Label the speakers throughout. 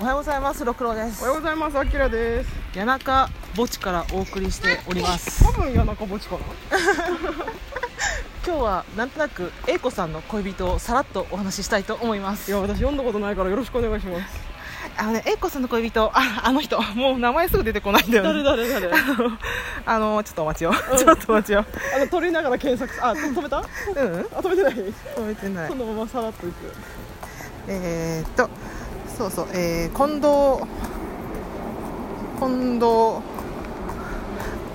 Speaker 1: おはようございますろくろです
Speaker 2: おはようございます、あきらです。
Speaker 1: 谷中墓地からお送りしております
Speaker 2: 多分谷中墓地かな。
Speaker 1: 今日はなんとなく英子さんの恋人をさらっとお話ししたいと思いま
Speaker 2: い
Speaker 1: す
Speaker 2: や、私読んだことないから、よろしくお願いします。
Speaker 1: あのね英子さんの恋人ああの人もう名前すぐ出てこないんだよね
Speaker 2: 誰誰。 あ
Speaker 1: あのちょっとお待ちをちょっとお待ちを
Speaker 2: の、取りながら検索、あ、と止めた。あ、
Speaker 1: うん
Speaker 2: 止めてない。
Speaker 1: 覚えてない
Speaker 2: そのままさらっといく。
Speaker 1: えー、っとそうそう、えー、近藤近藤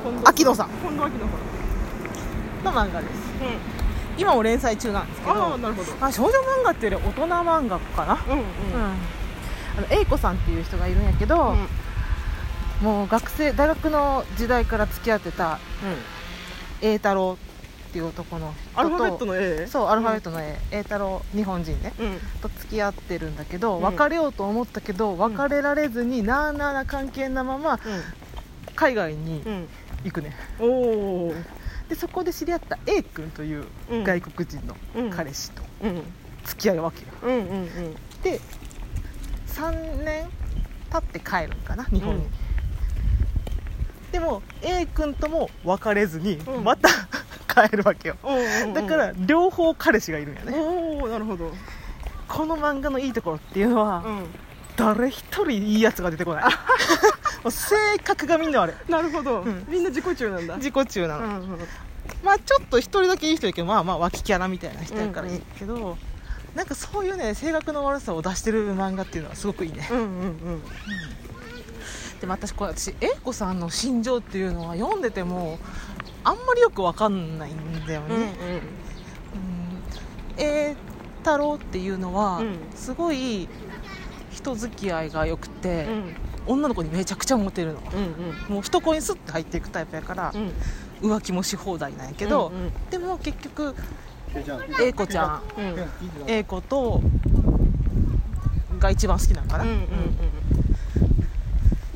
Speaker 2: 今
Speaker 1: 秋野さん
Speaker 2: 今度秋野さん。
Speaker 1: の漫画です今も連載中なんですけど
Speaker 2: ああ、なるほど。
Speaker 1: まあ、少女漫画っていうより大人漫画かな
Speaker 2: うん、うん、
Speaker 1: うんあの英子さんっていう人がいるんやけど、
Speaker 2: うん、
Speaker 1: もう学生大学の時代から付き合ってた栄太郎っていう男の人と
Speaker 2: アルファベットの A。
Speaker 1: そうアルファベットの栄栄太郎日本人ね
Speaker 2: うん。うん。
Speaker 1: と付き合ってるんだけど、
Speaker 2: うん
Speaker 1: 別れようと思ったけど別れられずになあなあな関係なまま海外に
Speaker 2: うん。
Speaker 1: 行くね、
Speaker 2: うん。おお。
Speaker 1: でそこで知り合った A 君という
Speaker 2: うん
Speaker 1: 外国人の
Speaker 2: うん
Speaker 1: 彼氏と
Speaker 2: うん。
Speaker 1: 付き合うわけよ、
Speaker 2: うん、うん、うん。
Speaker 1: で3年経って帰るんかな日本に、
Speaker 2: うん
Speaker 1: でも A 君とも別れずに
Speaker 2: うん
Speaker 1: また 帰るわけよ
Speaker 2: おー
Speaker 1: だか。ら両方彼氏がいるんやね、
Speaker 2: おお、なるほど。うん。
Speaker 1: この漫画のいいところっていうのは、誰一人いいやつが出てこ ないもう性格がみんなあれ
Speaker 2: なるほど
Speaker 1: うん。
Speaker 2: みんな自己中なんだ。
Speaker 1: 自己中な
Speaker 2: う
Speaker 1: の、
Speaker 2: んうん。
Speaker 1: まあちょっと一人だけいい人やけどまあまあ脇キャラみたいな人やから
Speaker 2: う
Speaker 1: い
Speaker 2: んうん
Speaker 1: いけど、なんかそういうね性格の悪さを出してる漫画っていうのはすごくいいね
Speaker 2: うん、うん、うん。
Speaker 1: でも私これ私英子さんの心情っていうのは読んでてもあんまりよくわかんないんだよ
Speaker 2: うん、う
Speaker 1: ね、う
Speaker 2: ん。
Speaker 1: ん栄太郎っていうのは
Speaker 2: うん
Speaker 1: すごい人付き合いが良くて
Speaker 2: う、ん。
Speaker 1: 女の子にめちゃくちゃモテるの
Speaker 2: うん、
Speaker 1: もう人恋にスッて入っていくタイプやから
Speaker 2: う、ん。
Speaker 1: 浮気もし放題なんやけど、
Speaker 2: うんうん
Speaker 1: でも結局
Speaker 3: え
Speaker 1: 英子ちゃん
Speaker 2: うんうんうん
Speaker 1: 英子とが一番好きなのかな、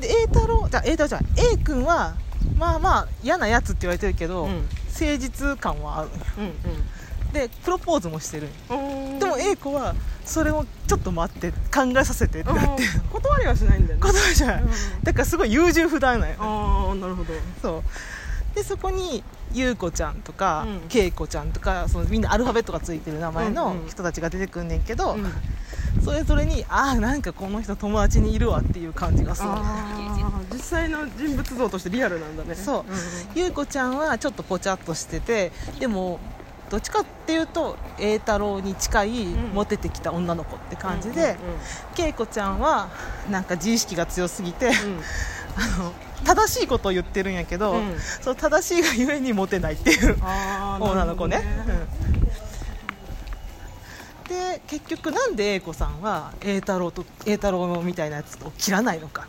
Speaker 1: で栄太郎じゃあ栄太郎じゃん A 君はまあまあ嫌なやつって言われてるけど、
Speaker 2: うん
Speaker 1: 誠実感はあるでプロポーズもしてる
Speaker 2: うんうん
Speaker 1: でも A 子はそれをちょっと待って考えさせてって
Speaker 2: うん
Speaker 1: なって
Speaker 2: 断りはしないんだよね
Speaker 1: ことじゃない、
Speaker 2: うん
Speaker 1: だからすごい優柔不断なんよ
Speaker 2: ああなるほど
Speaker 1: そうでそこに優子ちゃんとか
Speaker 2: うん
Speaker 1: 恵子、ちゃんとかそのみんなアルファベットがついてる名前の
Speaker 2: うんうん
Speaker 1: 人たちが出てくんねんけど、
Speaker 2: うん
Speaker 1: それぞれにああなんかこの人友達にいるわっていう感じがする
Speaker 2: あー実際の人物像としてリアルなんだね
Speaker 1: そう優子ちゃんはちょっとぽちゃっとしててでもどっちかっていうと栄太郎に近い
Speaker 2: ん
Speaker 1: モテてきた女の子って感じで恵子、ちゃんはなんか自意識が強すぎて、
Speaker 2: うんうん
Speaker 1: あの正しいことを言ってるんやけど、
Speaker 2: うん
Speaker 1: その正しいがゆえにモテないっていう
Speaker 2: あー
Speaker 1: 女の子ね
Speaker 2: なるほど
Speaker 1: うんで結局なんで A 子さんは栄太郎と栄太郎みたいなやつを切らないのか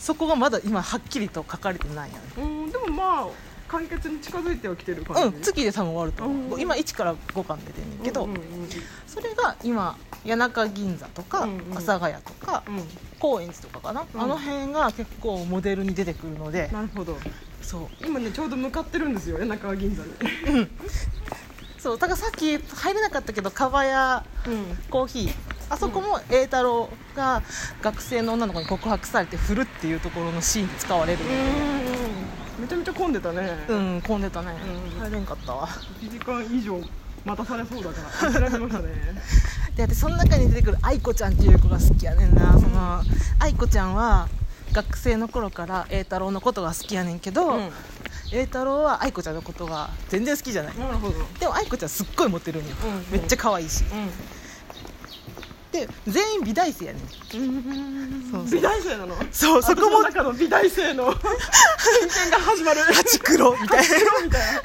Speaker 1: そこがまだ今はっきりと書かれてないよね
Speaker 2: うんうんでもまあ完結に近づいてはきてる
Speaker 1: う
Speaker 2: 感
Speaker 1: ん
Speaker 2: じ
Speaker 1: 次で多分終わると思う、
Speaker 2: うん
Speaker 1: 今1から5巻出てんねんけど、
Speaker 2: うんうん
Speaker 1: それが今谷中銀座とか
Speaker 2: うんうん
Speaker 1: 阿佐ヶ谷とか
Speaker 2: うんうん
Speaker 1: 高円寺とかかな、
Speaker 2: うん
Speaker 1: あの辺が結構モデルに出てくるので
Speaker 2: なるほど
Speaker 1: そう
Speaker 2: 今ねちょうど向かってるんですよ谷中銀座に
Speaker 1: そうだからさっき入れなかったけどかばやコーヒーあそこも栄太郎が学生の女の子に告白されて振るっていうところのシーンに使われる
Speaker 2: うんめちゃめちゃ混んでたね
Speaker 1: うん、混んでたね、
Speaker 2: うん
Speaker 1: 入れんかったわ
Speaker 2: 1時間以上待たされそうだから諦めましたね
Speaker 1: で私その中に出てくる愛子ちゃんっていう子が好きやねんな、その愛子ちゃんは学生の頃から栄太郎のことが好きやねんけど
Speaker 2: うん
Speaker 1: 栄、太郎は愛子ちゃんのことが全然好きじゃない、
Speaker 2: なるほど
Speaker 1: でも愛子ちゃんすっごいモテるんよ、
Speaker 2: うんうん
Speaker 1: めっちゃ可愛いしで全員美大生やねん
Speaker 2: うん美大生なの
Speaker 1: そうそこ
Speaker 2: 私の
Speaker 1: も
Speaker 2: 中の美大生の偏見が始まる
Speaker 1: ラチクロみたいな
Speaker 2: みたいな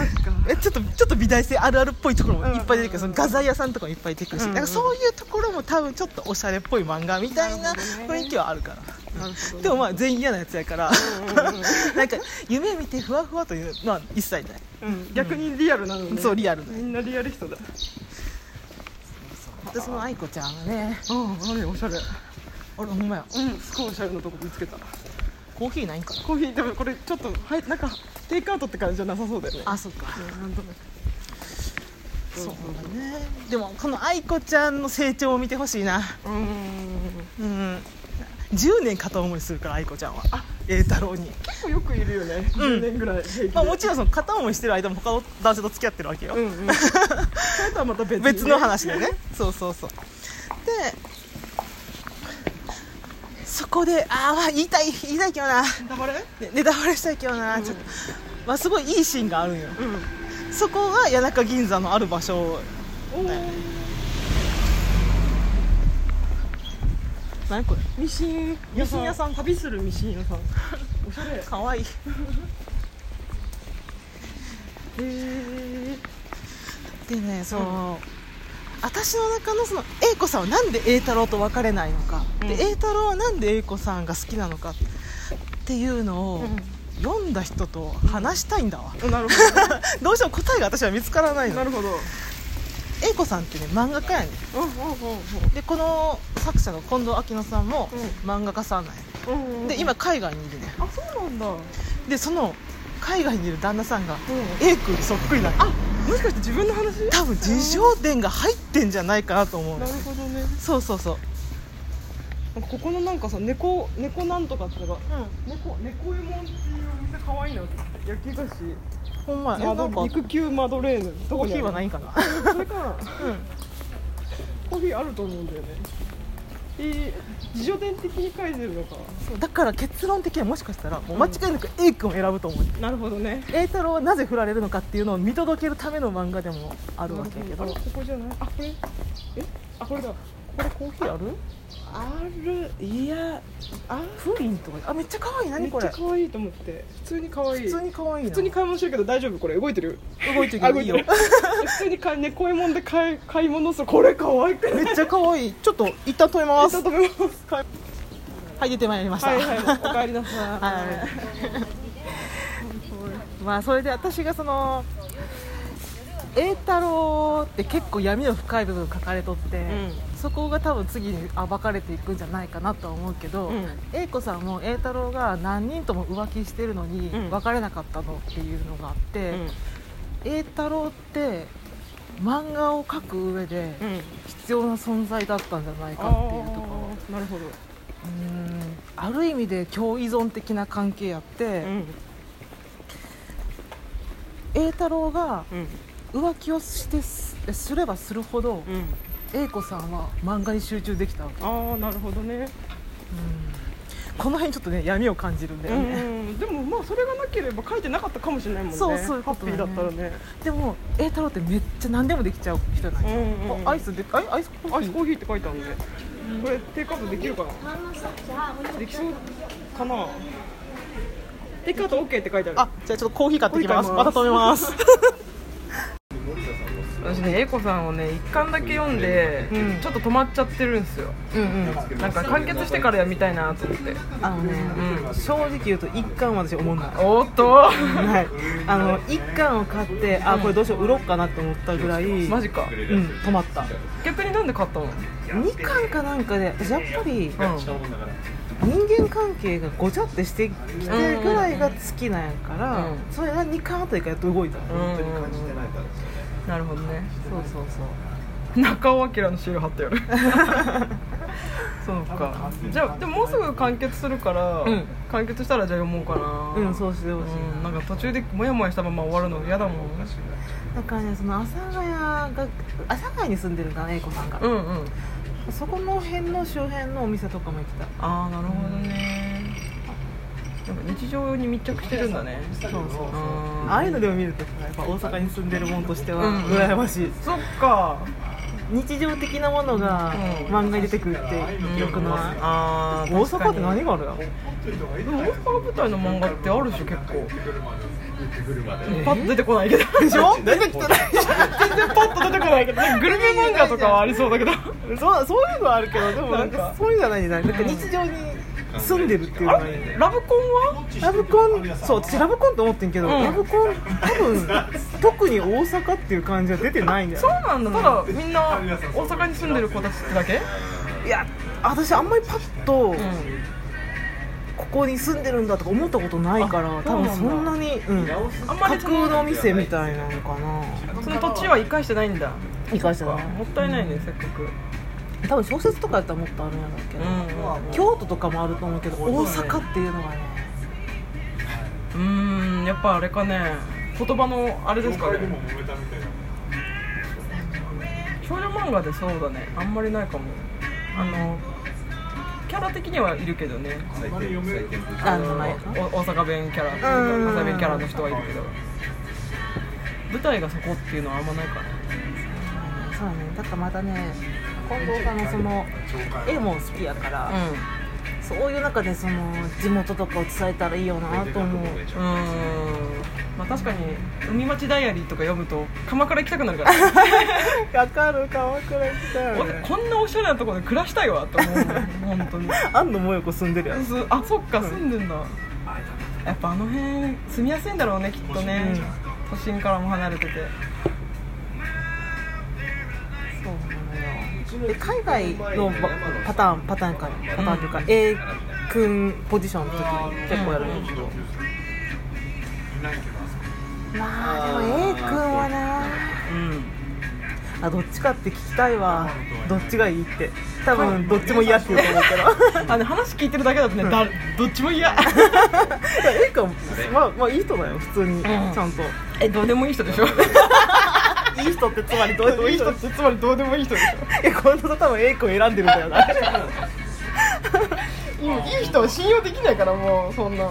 Speaker 2: マジか
Speaker 1: えちょっとちょっと美大生あるあるっぽいところもいっぱい出てくる、
Speaker 2: うんうんうん
Speaker 1: その画材屋さんとかもいっぱい出てくるし、
Speaker 2: うんうん
Speaker 1: なんかそういうところも多分ちょっとおしゃれっぽい漫画みたいな
Speaker 2: なるほど
Speaker 1: 雰
Speaker 2: ね
Speaker 1: 囲気はあるから
Speaker 2: なるほど
Speaker 1: でもまあ全員嫌なやつやから、なんか夢見てふわふわというのは一切ない、
Speaker 2: うん逆にリアルなのね
Speaker 1: そうリアルな
Speaker 2: みんなリアリストだ
Speaker 1: でその愛子ちゃんはね
Speaker 2: ああれおしゃれ
Speaker 1: あれほんまや
Speaker 2: うんすごいおしゃれなとこ見つけた
Speaker 1: コーヒーないんかな
Speaker 2: コーヒーでもこれちょっとはいなんかテイクアウトって感じじゃなさそうだよね
Speaker 1: あそっか
Speaker 2: なんとなく
Speaker 1: そうだねでもこの愛子ちゃんの成長を見てほしいな
Speaker 2: う
Speaker 1: う
Speaker 2: ん
Speaker 1: ん10年片思いするから愛子ちゃんは栄太郎に、
Speaker 2: 結構よくいるよね
Speaker 1: うん
Speaker 2: 10年ぐらい平気で、
Speaker 1: まあ、もちろんその片思いしてる間も他の男性と付き合ってるわけよ、
Speaker 2: うんうん それとはまた別にね
Speaker 1: 別の話でねそうそうそうでそこでああ言いたい言いたいけどな、ね、
Speaker 2: ネタバレ
Speaker 1: ネタバレしたいけどな、ちょっとまあすごいいいシーンがあるんよ
Speaker 2: うん
Speaker 1: そこが谷中銀座のある場所
Speaker 2: おー
Speaker 1: 何これ
Speaker 2: ミシン
Speaker 1: ミシン屋さん
Speaker 2: 旅するミシン屋さんおしゃれ
Speaker 1: かわいい
Speaker 2: え
Speaker 1: でねその、私の中のその英子さんはなんで栄太郎と別れないのか、
Speaker 2: うん
Speaker 1: で栄太郎はなんで栄子さんが好きなのかっていうのを、読んだ人と話したいんだわ、
Speaker 2: なるほ
Speaker 1: どうしても答えが私は見つからない
Speaker 2: どな
Speaker 1: の
Speaker 2: るほど
Speaker 1: 英子さんってね漫画家やねん
Speaker 2: うんうん
Speaker 1: でこの作者の近藤秋乃さんも
Speaker 2: う
Speaker 1: 漫画家さんなんや、
Speaker 2: うんうんうん
Speaker 1: で今海外にいるね
Speaker 2: あそうなんだうん
Speaker 1: でその海外にいる旦那さんが A 君にそっくりなんや
Speaker 2: あもしかして自分の話
Speaker 1: 多分自称伝が入ってんじゃないかなと思うの
Speaker 2: なるほどね
Speaker 1: そうそうそう
Speaker 2: なんかここのなんかさ猫猫なんとかってのが猫猫えもんっていうお店可愛いなって焼き菓子
Speaker 1: ほんまやえ
Speaker 2: マ
Speaker 1: な
Speaker 2: ド
Speaker 1: んか
Speaker 2: 肉球マドレーヌど
Speaker 1: コ
Speaker 2: こ
Speaker 1: ー
Speaker 2: に
Speaker 1: ヒ
Speaker 2: あ
Speaker 1: ー
Speaker 2: る
Speaker 1: はないんかな
Speaker 2: それかなコーヒーあると思うんだよねえー、自助伝的に書いてるのか
Speaker 1: そうだから結論的にはもしかしたらもう間違いなく A 君を選ぶと思う
Speaker 2: なるほどね
Speaker 1: 栄太郎はなぜ振られるのかっていうのを見届けるための漫画でもあるわけやけど
Speaker 2: あここじゃないあこれえあこれだこれコーヒーあるあるいやあ
Speaker 1: プリンとかあめっちゃ可愛い
Speaker 2: め
Speaker 1: 何
Speaker 2: っ
Speaker 1: こ
Speaker 2: ち
Speaker 1: れ
Speaker 2: ゃ可愛いと思って普通に可愛い
Speaker 1: 普通に可愛いな
Speaker 2: 普通に買い物してるけど大丈夫これ動いてる
Speaker 1: 動いてる
Speaker 2: あ
Speaker 1: よ
Speaker 2: 動
Speaker 1: い
Speaker 2: い
Speaker 1: い
Speaker 2: て
Speaker 1: よ
Speaker 2: る普通に買い猫いもんで買い買い物するこれ可愛くない
Speaker 1: めっちゃ可愛いちょっと一旦止めま
Speaker 2: ち
Speaker 1: す
Speaker 2: ょっと見ますはい
Speaker 1: はい出てまいりました、
Speaker 2: はいお帰りなさい
Speaker 1: はいまあそれで私がその栄太郎って結構闇の深い部分書かれとって、
Speaker 2: う
Speaker 1: そこが多分次に暴かれていくんじゃないかなとは思うけど、
Speaker 2: うん
Speaker 1: 英子さんも栄太郎が何人とも浮気してるのに
Speaker 2: うん
Speaker 1: 別れなかったのっていうのがあって、栄太郎って漫画を描く上で
Speaker 2: うん
Speaker 1: 必要な存在だったんじゃないか
Speaker 2: あ
Speaker 1: っていうところ
Speaker 2: あなるほど
Speaker 1: うんある意味で共依存的な関係やって
Speaker 2: ん
Speaker 1: 栄、太郎が
Speaker 2: うん
Speaker 1: 浮気をしてすすればするほど
Speaker 2: うん
Speaker 1: 栄子さんは漫画に集中できたわけ、
Speaker 2: ああなるほどね
Speaker 1: この辺ちょっとね闇を感じるんだよね、
Speaker 2: うんでもまあそれがなければ書いてなかったかもしれないもんね
Speaker 1: そうそういうことだね
Speaker 2: ハッピーだったらね
Speaker 1: でも栄太郎ってめっちゃ何でもできちゃう人なんよ、
Speaker 2: うんうんうん
Speaker 1: あアイスであアイスコ
Speaker 2: ア
Speaker 1: ー
Speaker 2: イ
Speaker 1: ヒー
Speaker 2: スコーヒーって書いてあるんで、これテイクアウトできるかなできそうかなテイクアウト OK って書いてある
Speaker 1: あじゃあちょっとコーヒー買ってきます
Speaker 2: コーヒ
Speaker 1: ま
Speaker 2: ー買います
Speaker 1: た止めます
Speaker 3: 私ね英子さんをね一巻だけ読んで、
Speaker 1: うん
Speaker 3: ちょっと止まっちゃってるんですよ
Speaker 1: うんうん
Speaker 3: なんか完結してから読みたいなと思って
Speaker 1: あのね、正直言うと一巻は私思んない
Speaker 3: おーっと
Speaker 1: はい、あの1巻を買ってあこれどうしよう売ろうかなと思ったぐらい、
Speaker 3: マジか
Speaker 1: うん、止まった
Speaker 3: 逆になんで買ったの
Speaker 1: 2巻かなんかで私やっぱり
Speaker 3: う
Speaker 1: 人間関係がごちゃってしてきてぐらいが好きなんやから、
Speaker 3: うん
Speaker 1: それが2巻あたりからやっと動いた、
Speaker 3: ん、うんなるほどねそうそうそう中尾明のシール 貼ってやるそうかじゃあでももうすぐ完結するから、
Speaker 1: うん
Speaker 3: 完結したらじゃあ読もうかな
Speaker 1: うんそうしてほしい、
Speaker 3: うんなんか途中でモヤモヤしたまま終わるの嫌だもん
Speaker 1: だからねその阿佐ヶ谷が阿佐ヶ谷に住んでるんだね英子さんが、
Speaker 3: うんうん
Speaker 1: そこの辺の周辺のお店とかも行ってた
Speaker 3: ああなるほどねなんか日常に密着してるんだね
Speaker 1: そうそうそう
Speaker 3: あー
Speaker 1: ああいうのでも見るとやっぱ大阪に住んでるもんとしては
Speaker 3: うん
Speaker 1: 羨ましい、
Speaker 3: そっか
Speaker 1: 日常的なものが
Speaker 3: うん
Speaker 1: 漫画に出てくるってよくない、
Speaker 3: あー
Speaker 1: 大阪って
Speaker 3: 確
Speaker 1: 何があるやろ
Speaker 3: かにでも大阪舞台の漫画ってあるでしょ結構
Speaker 1: え
Speaker 3: パッと出てこないけど
Speaker 1: でしょ出てきてない
Speaker 3: 全然パッと出てこないけどなんかグルメ漫画とかはありそうだけど
Speaker 1: そうそういうのはあるけどでもなん
Speaker 3: な
Speaker 1: か
Speaker 3: んか
Speaker 1: そういうんじゃないんじゃないなんか日常に住んでるっていうの
Speaker 3: あ
Speaker 1: がいい
Speaker 3: れラブコンは
Speaker 1: ラブコンそう私ラブコンと思ってんけど、
Speaker 3: うん
Speaker 1: ラブコン多分特に大阪っていう感じは出てないんだよ
Speaker 3: そう
Speaker 1: ね
Speaker 3: なんだただみんな大阪に住んでる子たちってだけ
Speaker 1: いや私あんまりパッと
Speaker 3: うん
Speaker 1: ここに住んでるんだとか思ったことないから
Speaker 2: あ
Speaker 1: 多
Speaker 2: そうなん
Speaker 1: 分
Speaker 2: だ
Speaker 1: そんなに、うん、
Speaker 2: あんま
Speaker 1: 架
Speaker 2: りその
Speaker 1: 空の店みたいなのかな
Speaker 2: その土地は生かしてないんだ
Speaker 1: いい会社だね
Speaker 2: もったいないね、せっかく
Speaker 1: 多分小説とかやったらもっとあるんやろうけど、京都とかもあると思うけど大阪っていうのがね
Speaker 2: うんうんやっぱあれかね言葉のあれですかね
Speaker 3: 揉めたみたいな
Speaker 2: 少女漫画でそうだねあんまりないかもあのキャラ的にはいるけどね
Speaker 3: 最低最低
Speaker 1: あのない
Speaker 2: お大阪弁キャラ
Speaker 1: うん
Speaker 2: 関西弁キャラの人はいるけど舞台がそこっていうのはあんまないかな
Speaker 1: そうだねだからまたね近藤さんのその絵も好きやから、
Speaker 2: う
Speaker 1: そういう中でその地元とかを伝えたらいいよなと思う
Speaker 2: うんまあ確かに「海町ダイアリー」とか読むと鎌倉行きたくなるから ね
Speaker 1: わかる鎌倉行きた
Speaker 2: おこんなおしゃれなところで暮らしたいわと思うもん本当に
Speaker 1: 安野もよこ住んでるやん
Speaker 2: すあそっか住んでんだやっぱあの辺住みやすいんだろうねきっとね都心からも離れ てて
Speaker 1: そうなのよで海外のばパターンパターンかパターンというか、A 君ポジションの時に結構やるんだけど、まあでも A 君はな
Speaker 2: うん
Speaker 1: あどっちかって聞きたいわどっちがいいって多分どっちも嫌って言うと思う けど
Speaker 2: あね話聞いてるだけだとね、だどっちも 嫌
Speaker 1: いや A 君はまあまあいい人だよ普通に、ちゃんと
Speaker 2: えどうでもいい人でしょ
Speaker 1: いい人ってつまりどうでも いい人って
Speaker 2: てつまりどうでもいい人でし
Speaker 1: いや近藤さん多分 A 君選んでるんだよな
Speaker 2: ょいい人は信用できないからもうそんな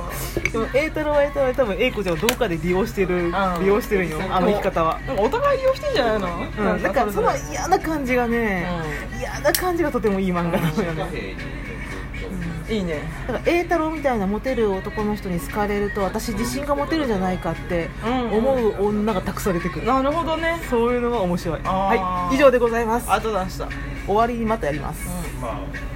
Speaker 1: でも A 太郎は A 太郎は多分 A 子ちゃんをどうかで利用してる
Speaker 2: うん
Speaker 1: 利用してるんよあの生き方は、
Speaker 2: なんかお互い利用してんじゃないの、な
Speaker 1: うん、だからそ
Speaker 2: れ
Speaker 1: の
Speaker 2: ぞ
Speaker 1: 嫌な感じがね、嫌な感じがとてもいい漫画なのよね
Speaker 2: れいいね
Speaker 1: だから A 太郎みたいなモテる男の人に好かれると私自信が持てるんじゃないかって思う女がたくさん出てくる、
Speaker 2: なるほどね
Speaker 1: そういうのが面白い
Speaker 2: あー
Speaker 1: はい以上でございます
Speaker 2: あと出した
Speaker 1: 終わりにまたやります、
Speaker 3: まあ